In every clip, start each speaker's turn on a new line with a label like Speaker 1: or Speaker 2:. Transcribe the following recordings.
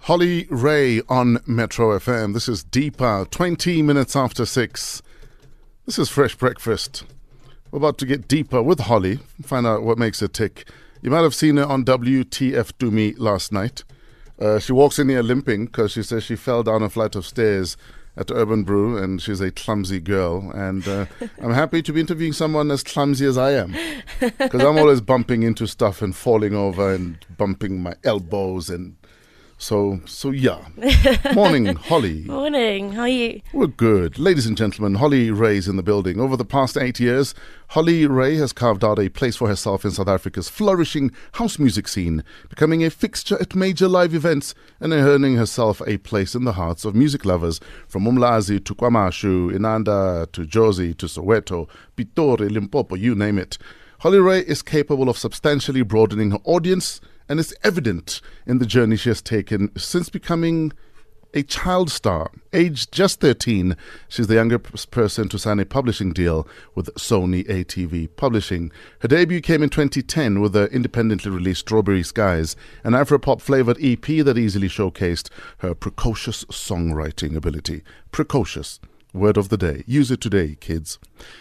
Speaker 1: Holly Ray on Metro FM. This is Deepa, 20 minutes after six. This is Fresh Breakfast. We're about to get deeper with Holly, find out what makes her tick. You might have seen her on WTF Do Me last night. Uh, she walks in here limping because she says she fell down a flight of stairs at Urban Brew and she's a clumsy girl. And uh, I'm happy to be interviewing someone as clumsy as I am because I'm always bumping into stuff and falling over and bumping my elbows. And so, so yeah. Morning, Holly.
Speaker 2: Morning. How are you?
Speaker 1: We're good. Ladies and gentlemen, Holly Ray's in the building. Over the past eight years, Holly Ray has carved out a place for herself in South Africa's flourishing house music scene, becoming a fixture at major live events and earning herself a place in the hearts of music lovers from Umlazi to Kwamashu, Inanda to Jozi to Soweto, Pitori, Limpopo, you name it. Holly Ray is capable of substantially broadening her audience, and it's evident in the journey she has taken since becoming a child star. Aged just 13, she's the younger p- person to sign a publishing deal with Sony ATV Publishing. Her debut came in 2010 with the independently released Strawberry Skies, an Afropop flavored EP that easily showcased her precocious songwriting ability. Precocious. Word of the day. Use it today, kids.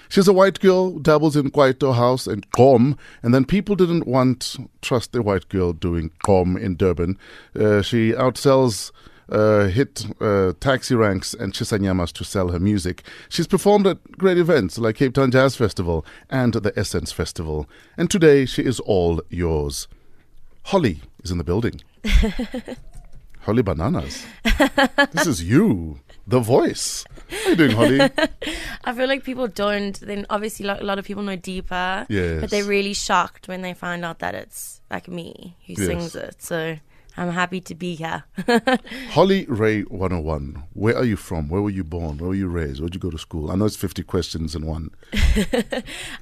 Speaker 1: She's a white girl, dabbles in Kwaito House and Qom, and then people didn't want trust a white girl doing Qom in Durban. Uh, she outsells uh, hit uh, taxi ranks and chisanyamas to sell her music. She's performed at great events like Cape Town Jazz Festival and the Essence Festival. And today she is all yours. Holly is in the building. Holly Bananas. this is you, the voice. How you doing, Holly?
Speaker 2: I feel like people don't. Then obviously, like, a lot of people know Deepa.
Speaker 1: Yes.
Speaker 2: But they're really shocked when they find out that it's like me who
Speaker 1: Yes.
Speaker 2: sings it. So I'm happy to be here.
Speaker 1: Holly Ray 101. Where are you from? Where were you born? Where were you raised? Where'd you go to school? I know it's 50 questions in one.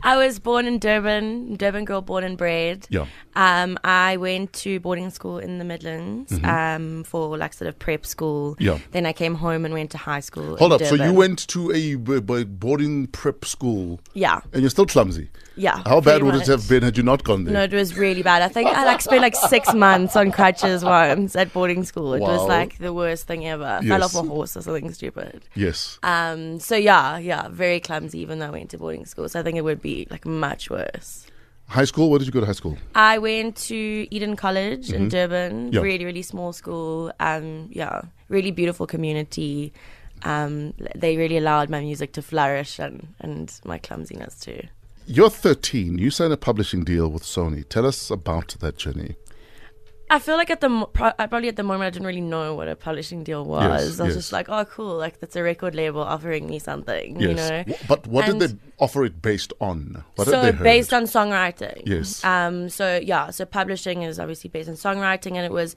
Speaker 2: I was born in Durban, Durban girl, born and bred.
Speaker 1: Yeah.
Speaker 2: Um, I went to boarding school in the Midlands um, for like sort of prep school.
Speaker 1: Mm-hmm. Yeah.
Speaker 2: Then I came home and went to high school.
Speaker 1: Hold
Speaker 2: in
Speaker 1: up. So you
Speaker 2: Durban.
Speaker 1: went to a b- b- boarding prep school
Speaker 2: Yeah.
Speaker 1: and you're still clumsy.
Speaker 2: Yeah.
Speaker 1: How bad
Speaker 2: pretty
Speaker 1: would it
Speaker 2: much.
Speaker 1: have been had you not gone there?
Speaker 2: No, it was really bad. I think I like spent like six months on crutches once at boarding school. It
Speaker 1: Wow.
Speaker 2: was like the worst thing ever. Fell
Speaker 1: Yes.
Speaker 2: off a horse or something stupid.
Speaker 1: Yes.
Speaker 2: Um. So yeah, yeah, very clumsy. Even though I went to boarding school, so I think it would be like much worse.
Speaker 1: High school? Where did you go to high school?
Speaker 2: I went to Eden College in Durban.
Speaker 1: Mm-hmm. Yeah.
Speaker 2: Really, really small school. Um. Yeah, really beautiful community. Um, they really allowed my music to flourish and, and my clumsiness too.
Speaker 1: You're 13. You signed a publishing deal with Sony. Tell us about that journey.
Speaker 2: I feel like at the mo- pro- uh, probably at the moment I didn't really know what a publishing deal was.
Speaker 1: Yes,
Speaker 2: I
Speaker 1: yes.
Speaker 2: was just like, oh, cool, like that's a record label offering me something, you know.
Speaker 1: Wh- But what
Speaker 2: And-
Speaker 1: did they offer it based on? What
Speaker 2: so
Speaker 1: had they heard?
Speaker 2: based on songwriting.
Speaker 1: Yes.
Speaker 2: Um. So yeah. So publishing is obviously based on songwriting, and it was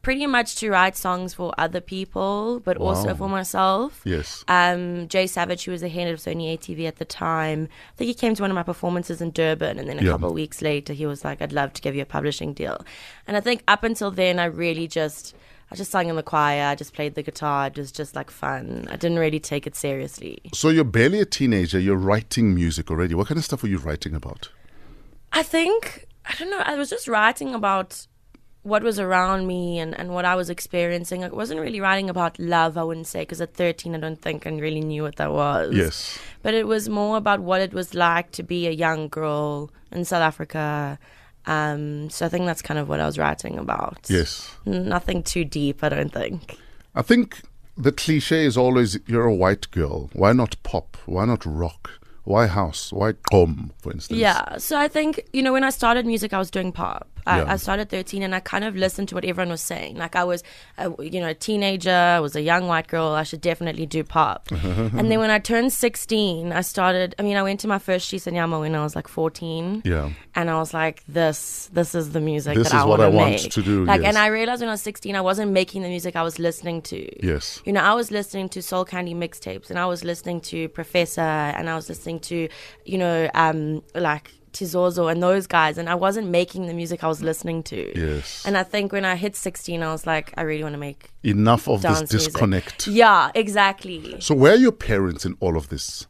Speaker 2: pretty much to write songs for other people, but
Speaker 1: Wow.
Speaker 2: also for myself.
Speaker 1: yes.
Speaker 2: Um, Jay Savage, who was the head of Sony ATV at the time, I think he came to one of my performances in Durban, and then a
Speaker 1: Yeah.
Speaker 2: couple of weeks later, he was like, "I'd love to give you a publishing deal." And I think up until then, I really just, I just sang in the choir, I just played the guitar, it was just like fun. I didn't really take it seriously.
Speaker 1: So you're barely a teenager. You're writing music already. What kind of stuff were you writing about?
Speaker 2: I think I don't know. I was just writing about what was around me and, and what I was experiencing. I wasn't really writing about love, I wouldn't say, because at 13, I don't think I really knew what that was.
Speaker 1: Yes.
Speaker 2: But it was more about what it was like to be a young girl in South Africa. Um, so I think that's kind of what I was writing about.
Speaker 1: Yes.
Speaker 2: Nothing too deep, I don't think.
Speaker 1: I think the cliche is always you're a white girl. Why not pop? Why not rock? Why house? Why com, for instance?
Speaker 2: Yeah. So I think, you know, when I started music, I was doing pop. I,
Speaker 1: Yeah.
Speaker 2: I started 13 and I kind of listened to what everyone was saying. Like I was, a, you know, a teenager, I was a young white girl, I should definitely do pop. and then when I turned 16, I started, I mean, I went to my first Shisanyama when I was like 14.
Speaker 1: Yeah.
Speaker 2: And I was like, this, this is the music
Speaker 1: This
Speaker 2: that I
Speaker 1: is what
Speaker 2: wanna
Speaker 1: I want
Speaker 2: make.
Speaker 1: to do,
Speaker 2: Like,
Speaker 1: yes.
Speaker 2: and I realized when I was 16, I wasn't making the music I was listening to.
Speaker 1: Yes.
Speaker 2: You know, I was listening to Soul Candy mixtapes, and I was listening to Professor, and I was listening to, you know, um, like Tizozo and those guys, and I wasn't making the music I was listening to.
Speaker 1: Yes.
Speaker 2: And I think when I hit 16, I was like, I really want to make
Speaker 1: Enough of
Speaker 2: dance
Speaker 1: this
Speaker 2: music.
Speaker 1: disconnect.
Speaker 2: Yeah, exactly.
Speaker 1: So where are your parents in all of this?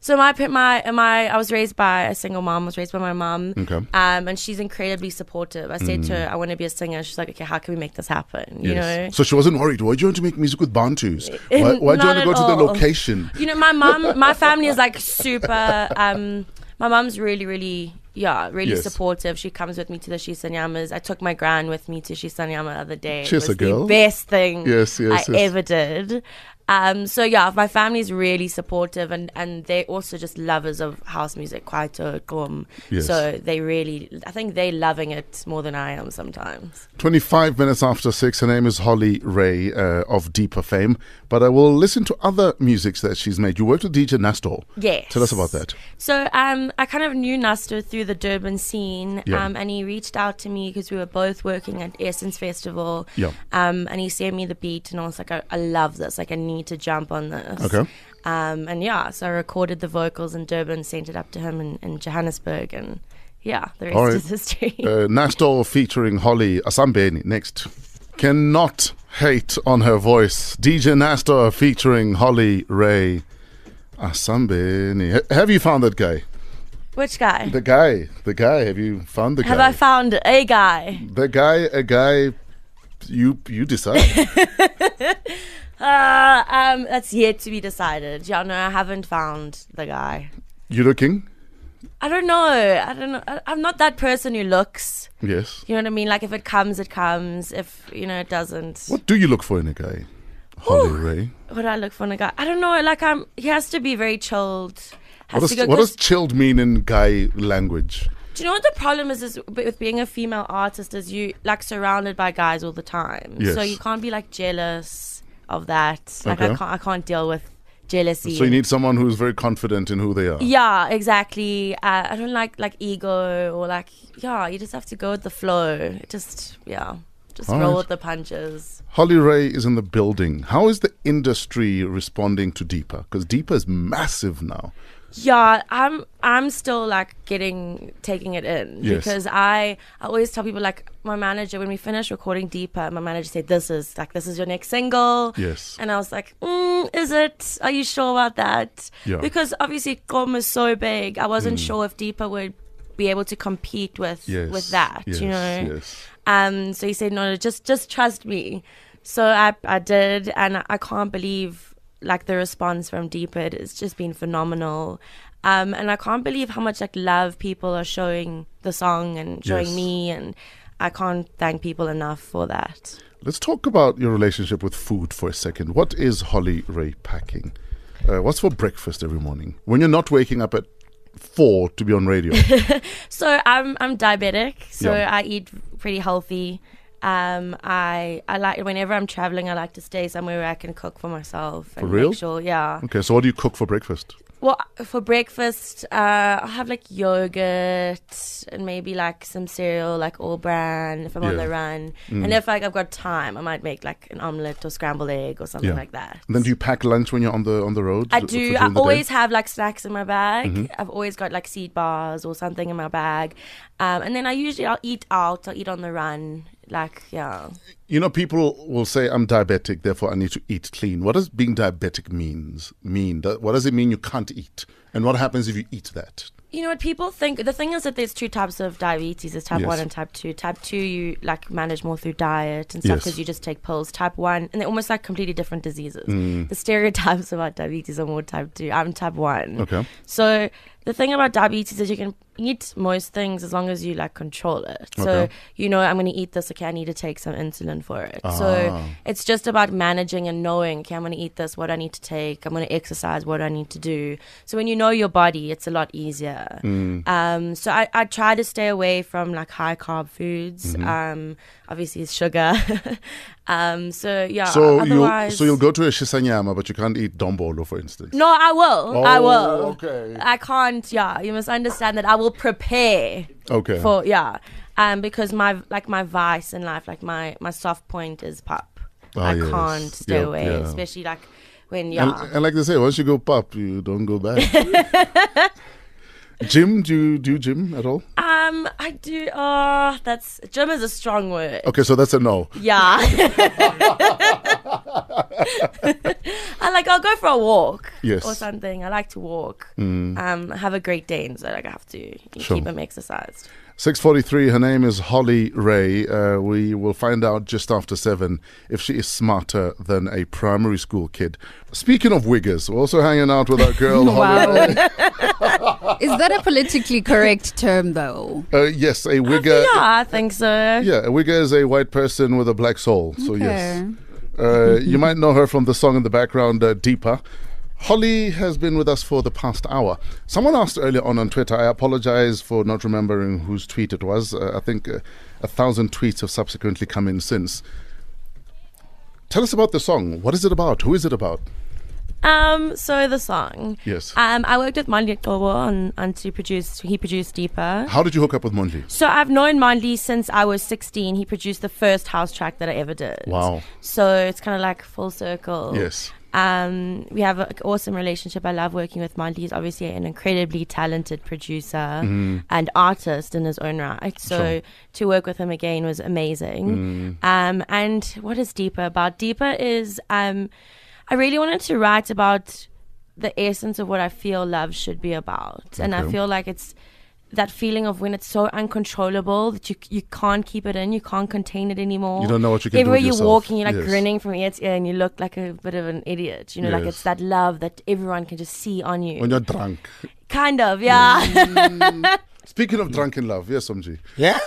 Speaker 2: So my pa- my my I was raised by a single mom. I was raised by my mom.
Speaker 1: Okay.
Speaker 2: Um, and she's incredibly supportive. I said to her, "I want to be a singer." She's like, "Okay, how can we make this happen?" You know.
Speaker 1: So she wasn't worried. Why do you want to make music with Bantus? Why, why do you want
Speaker 2: Not
Speaker 1: to go
Speaker 2: at
Speaker 1: to the
Speaker 2: all.
Speaker 1: location?
Speaker 2: You know, my mom, my family is like super. Um, my mom's really, really, yeah, really
Speaker 1: Yes.
Speaker 2: supportive. She comes with me to the Shisanyamas. I took my gran with me to Shisanyama the other day.
Speaker 1: Cheers,
Speaker 2: it
Speaker 1: a
Speaker 2: was
Speaker 1: girl.
Speaker 2: the best thing
Speaker 1: Yes, yes,
Speaker 2: I
Speaker 1: yes.
Speaker 2: ever did. Um, so yeah, my family's really supportive, and and they're also just lovers of house music, kwaito, gom.
Speaker 1: Yes.
Speaker 2: So they really, I think they're loving it more than I am sometimes.
Speaker 1: 25 minutes after six. Her name is Holly Ray uh, of deeper fame, but I will listen to other musics that she's made. You worked with DJ Nestor.
Speaker 2: Yes.
Speaker 1: Tell us about that.
Speaker 2: So um, I kind of knew Nestor through the Durban scene,
Speaker 1: Yeah.
Speaker 2: um, and he reached out to me because we were both working at Essence Festival.
Speaker 1: Yeah.
Speaker 2: Um, and he sent me the beat, and I was like, I, I love this. Like, I need to jump on this.
Speaker 1: Okay.
Speaker 2: Um, and yeah, so I recorded the vocals in Durban, sent it up to him in, in Johannesburg, and yeah, the rest
Speaker 1: All right.
Speaker 2: is history.
Speaker 1: Uh, Nestor featuring Holly Asambeni next. Cannot hate on her voice. DJ Nestor featuring Holly Ray Asambeni. H- have you found that guy?
Speaker 2: Which guy?
Speaker 1: The guy. The guy. Have you found the
Speaker 2: Have
Speaker 1: guy?
Speaker 2: I found a guy?
Speaker 1: the guy. A guy. You you decide.
Speaker 2: Uh, um, that's yet to be decided. Yeah, no, I haven't found the guy.
Speaker 1: you looking?
Speaker 2: I don't know. I don't know. I, I'm not that person who looks.
Speaker 1: Yes.
Speaker 2: You know what I mean? Like if it comes, it comes. If you know, it doesn't. What,
Speaker 1: What do you look for in a guy? Holly Ray.
Speaker 2: do I look for in a guy? I don't know. Like I'm. He has to be very chilled.
Speaker 1: What
Speaker 2: Has
Speaker 1: does,
Speaker 2: to go.
Speaker 1: what does
Speaker 2: 'cause-
Speaker 1: chilled mean in guy language?
Speaker 2: do you know what the problem is? Is with being a female artist is you like surrounded by guys all the time. So
Speaker 1: Yes.
Speaker 2: you can't be like jealous of that. Like
Speaker 1: Okay.
Speaker 2: I can't. I can't deal with jealousy.
Speaker 1: So you need someone who's very confident in who they are.
Speaker 2: yeah, exactly. Uh, I don't like like ego or like yeah. You just have to go with the flow. Just yeah, just
Speaker 1: All
Speaker 2: roll
Speaker 1: right.
Speaker 2: with the punches.
Speaker 1: Holly Ray is in the building. How is the industry responding to Deepa? Because Deepa is massive now.
Speaker 2: Yeah, I'm I'm still like getting taking it in
Speaker 1: Yes.
Speaker 2: because I I always tell people like my manager when we finished recording deeper, my manager said this is like this is your next single.
Speaker 1: Yes.
Speaker 2: and I was like, mm, is it? Are you sure about that?
Speaker 1: Yeah. Mm.
Speaker 2: because obviously Gom is so big. I wasn't sure if deeper would be able to compete with
Speaker 1: Yes.
Speaker 2: with that.
Speaker 1: Yes,
Speaker 2: you know.
Speaker 1: Yes.
Speaker 2: Um, so he said, no, no, just just trust me. So I I did, and I can't believe like the response from Deeper. It's just been phenomenal. Um, and I can't believe how much like love people are showing the song and showing
Speaker 1: Yes.
Speaker 2: me, and I can't thank people enough for that.
Speaker 1: Let's talk about your relationship with food for a second. What is Holly Ray packing? Uh, what's for breakfast every morning when you're not waking up at four to be on radio?
Speaker 2: So I'm I'm diabetic, so
Speaker 1: Yeah.
Speaker 2: I eat pretty healthy. Um, I I like whenever I'm traveling, I like to stay somewhere where I can cook for myself and
Speaker 1: real?
Speaker 2: make sure, yeah.
Speaker 1: okay, so what do you cook for breakfast?
Speaker 2: Well, uh, for breakfast, uh, I'll have like yogurt and maybe like some cereal, like all bran if I'm on
Speaker 1: Yeah. Mm.
Speaker 2: the run. And if like I've got time, I might make like an omelette or scrambled egg or something
Speaker 1: Yeah.
Speaker 2: like that.
Speaker 1: And then do you pack lunch when you're on the on the road?
Speaker 2: I
Speaker 1: for
Speaker 2: do.
Speaker 1: during
Speaker 2: I
Speaker 1: the day? Mm-hmm.
Speaker 2: always have like snacks in my bag. I've always got like seed bars or something in my bag, um, and then I usually I'll eat out. I'll eat on the run. Like yeah,
Speaker 1: You know, people will say I'm diabetic, therefore I need to eat clean. What does being diabetic means mean? Do- What does it mean you can't eat? And what happens if you eat that?
Speaker 2: You know what people think? The thing is that there's two types of diabetes: is type
Speaker 1: Yes.
Speaker 2: one and type two. Type two, you like manage more through diet and stuff
Speaker 1: Yes.
Speaker 2: because you just take pills. Type one, and they're almost like completely different diseases.
Speaker 1: Mm.
Speaker 2: The stereotypes about diabetes are more type two. I'm type one.
Speaker 1: Okay.
Speaker 2: So the thing about diabetes is you can eat most things as long as you like control it. So
Speaker 1: Okay.
Speaker 2: you know, I'm going to eat this. Okay, I need to take some insulin for it.
Speaker 1: Ah.
Speaker 2: So it's just about managing and knowing. Okay, I'm going to eat this. What do I need to take? I'm going to exercise. What do I need to do? So when you know your body, it's a lot easier.
Speaker 1: Mm.
Speaker 2: Um, so I, I try to stay away from like high carb foods.
Speaker 1: Mm-hmm.
Speaker 2: Um, obviously it's sugar. um, so yeah.
Speaker 1: So you'll,
Speaker 2: otherwise,
Speaker 1: so you'll go to a shisanyama, but you can't eat dombolo, for instance.
Speaker 2: no, I will. I
Speaker 1: Oh,
Speaker 2: will.
Speaker 1: okay.
Speaker 2: I can't. Yeah, you must understand that I will prepare
Speaker 1: Okay.
Speaker 2: for yeah, um, because my like my vice in life, like my my soft point is pop.
Speaker 1: Ah,
Speaker 2: I
Speaker 1: yes.
Speaker 2: can't stay
Speaker 1: Yep,
Speaker 2: away,
Speaker 1: yeah.
Speaker 2: especially like when
Speaker 1: and,
Speaker 2: yeah.
Speaker 1: and like they say, once you go pop, you don't go back. gym? Do you do gym at all?
Speaker 2: Um, I do. Oh, that's gym is a strong word.
Speaker 1: Okay, so that's a no.
Speaker 2: Yeah. I like. I'll go for a walk
Speaker 1: Yes. Mm.
Speaker 2: or something. I like to walk. Um, have a great day, and so like I have to
Speaker 1: Sure.
Speaker 2: keep them exercised.
Speaker 1: 6.43, her name is Holly Ray. Uh, we will find out just after 7 if she is smarter than a primary school kid. Speaking of wiggers, we're also hanging out with our girl, Holly
Speaker 3: Wow. Is that a politically correct term, though?
Speaker 1: Uh, yes, a wigger.
Speaker 2: yeah, I think so.
Speaker 1: Yeah, a wigger is a white person with a black soul. So yes,
Speaker 3: Okay.
Speaker 1: uh, you might know her from the song in the background, uh, Deeper. Holly has been with us for the past hour. Someone asked earlier on on Twitter. I apologize for not remembering whose tweet it was. Uh, I think uh, a thousand tweets have subsequently come in since. Tell us about the song. What is it about? Who is it about?
Speaker 2: Um, so the song.
Speaker 1: Yes.
Speaker 2: Um, I worked with Mandy Tobo on, on to produce. He produced Deeper.
Speaker 1: How did you hook up with Monli?
Speaker 2: So I've known Mandy since I was 16. He produced the first house track that I ever did.
Speaker 1: Wow.
Speaker 2: So it's kind of like full circle.
Speaker 1: Yes.
Speaker 2: Um, we have an awesome relationship. I love working with Mandy. He's obviously an incredibly talented producer
Speaker 1: Mm-hmm.
Speaker 2: and artist in his own right. So to work with him again was amazing.
Speaker 1: Mm.
Speaker 2: Um, and what is Deeper about? Deeper is um, I really wanted to write about the essence of what I feel love should be about, and I
Speaker 1: Okay.
Speaker 2: feel like it's that feeling of when it's so uncontrollable that you you can't keep it in, you can't contain it anymore.
Speaker 1: You don't know what you can do
Speaker 2: Everywhere
Speaker 1: with
Speaker 2: you're
Speaker 1: yourself.
Speaker 2: walking, you're like
Speaker 1: Yes.
Speaker 2: grinning from ear to ear, and you look like a bit of an idiot. You know, like
Speaker 1: Yes.
Speaker 2: it's that love that everyone can just see on you.
Speaker 1: When you're drunk.
Speaker 2: kind of, yeah.
Speaker 1: Mm. Speaking of drunk in love, yes, Omji.
Speaker 4: Yeah.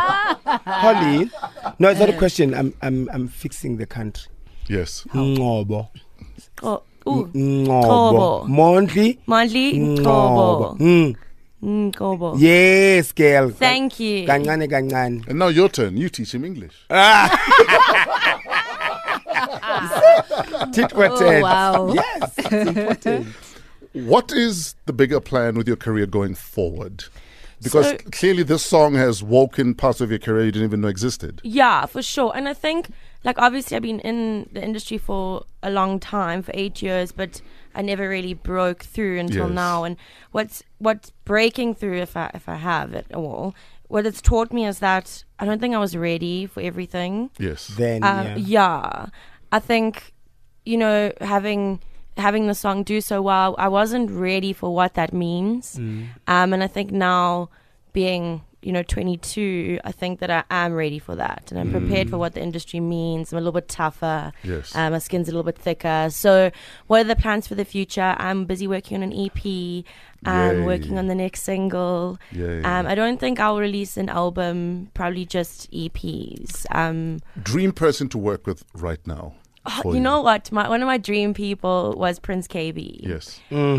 Speaker 4: Holly, no, it's not a question. I'm I'm I'm fixing the country.
Speaker 1: Yes.
Speaker 4: Ngobo.
Speaker 2: oh, ooh, Ngobo.
Speaker 4: Ngobo. Monthly.
Speaker 2: Manly Ngobo.
Speaker 4: Mm.
Speaker 2: Ngobo.
Speaker 4: Yes, girl.
Speaker 2: Thank you.
Speaker 4: Kancane kancane.
Speaker 1: And now your turn. You teach him English.
Speaker 4: Tit for
Speaker 3: Oh,
Speaker 4: tat.
Speaker 3: wow.
Speaker 4: Yes, it's important.
Speaker 1: What is the bigger plan with your career going forward? Because
Speaker 2: So-
Speaker 1: clearly this song has woken parts of your career you didn't even know existed.
Speaker 2: Yeah, for sure. And I think, like, obviously, I've been in the industry for a long time, for eight years, but I never really broke through until
Speaker 1: Yes.
Speaker 2: now. And what's what's breaking through, if I if I have at all, what it's taught me is that I don't think I was ready for everything.
Speaker 1: Yes.
Speaker 4: Then
Speaker 2: Uh,
Speaker 4: yeah.
Speaker 2: yeah. I think, you know, having having the song do so well, I wasn't ready for what that means.
Speaker 1: Mm.
Speaker 2: Um, and I think now being you know 22 i think that i am ready for that and i'm prepared for what the industry means i'm a little bit tougher
Speaker 1: Mm. Yes.
Speaker 2: uh, my skin's a little bit thicker so what are the plans for the future i'm busy working on an ep i'm
Speaker 1: Yay.
Speaker 2: working on the next single
Speaker 1: Yay.
Speaker 2: um, i don't think i'll release an album probably just eps um,
Speaker 1: Dream person to work with right now. for
Speaker 2: Ah, Uh, you know what? My, one of my dream people was Prince KB.
Speaker 1: Yes.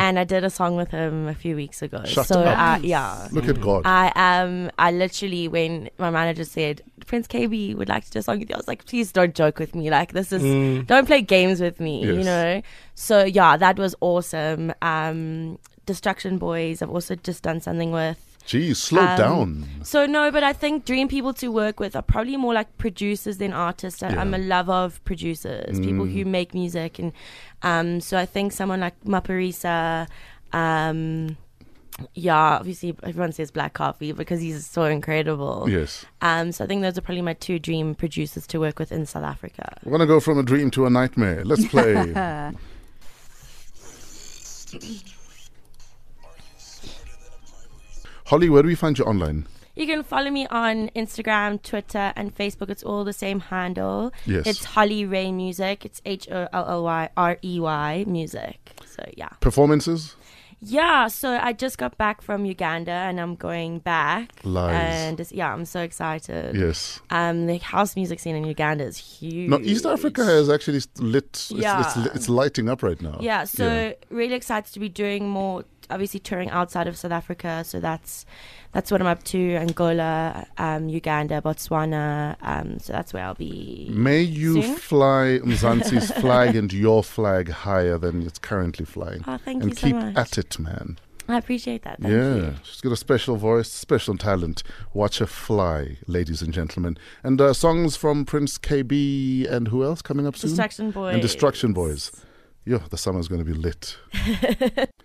Speaker 2: And I did a song with him a few weeks ago.
Speaker 1: Shut
Speaker 2: so
Speaker 1: up.
Speaker 2: I, Uh, yeah.
Speaker 1: Look at God.
Speaker 2: I um I literally when my manager said Prince KB would like to do a song with you, I was like, please don't joke with me. Like this is don't play games with me, you
Speaker 1: Mm. Yes.
Speaker 2: know? So yeah, that was awesome. Um Destruction Boys, I've also just done something with.
Speaker 1: Geez, slow
Speaker 2: Um,
Speaker 1: down.
Speaker 2: So no, but I think dream people to work with are probably more like producers than artists. I, I'm
Speaker 1: Yeah. Mm.
Speaker 2: a lover of producers, people who make music, and um, so I think someone like Maparisa, um, yeah, obviously everyone says Black Coffee because he's so incredible.
Speaker 1: Yes.
Speaker 2: Um, so I think those are probably my two dream producers to work with in South Africa.
Speaker 1: We're going to go from a dream to a nightmare. Let's play. Holly, where do we find you online?
Speaker 2: You can follow me on Instagram, Twitter, and Facebook. It's all the same handle.
Speaker 1: Yes.
Speaker 2: It's Holly Ray Music. It's H O L L Y R E Y Music. So yeah.
Speaker 1: Performances?
Speaker 2: Yeah, so I just got back from Uganda and I'm going back.
Speaker 1: Lies.
Speaker 2: And it's, yeah, I'm so excited.
Speaker 1: Yes.
Speaker 2: Um, the house music scene in Uganda is huge.
Speaker 1: No, East Africa has actually lit. It's, it's,
Speaker 2: Yeah.
Speaker 1: li- it's lighting up right now.
Speaker 2: Yeah, so
Speaker 1: Yeah.
Speaker 2: really excited to be doing more. Obviously, touring outside of South Africa, so that's that's what I'm up to. Angola, um, Uganda, Botswana. Um, so that's where I'll be.
Speaker 1: May you
Speaker 2: Soon?
Speaker 1: fly Mzansi's flag and your flag higher than it's currently flying.
Speaker 2: Oh, thank
Speaker 1: and
Speaker 2: you so
Speaker 1: keep
Speaker 2: much.
Speaker 1: at it, man.
Speaker 2: I appreciate that. Thank
Speaker 1: yeah,
Speaker 2: you.
Speaker 1: she's got a special voice, special talent. Watch her fly, ladies and gentlemen. And uh, songs from Prince KB and who else coming up soon?
Speaker 2: Distraction Boys.
Speaker 1: And Destruction Boys. Yeah, the summer's going to be lit.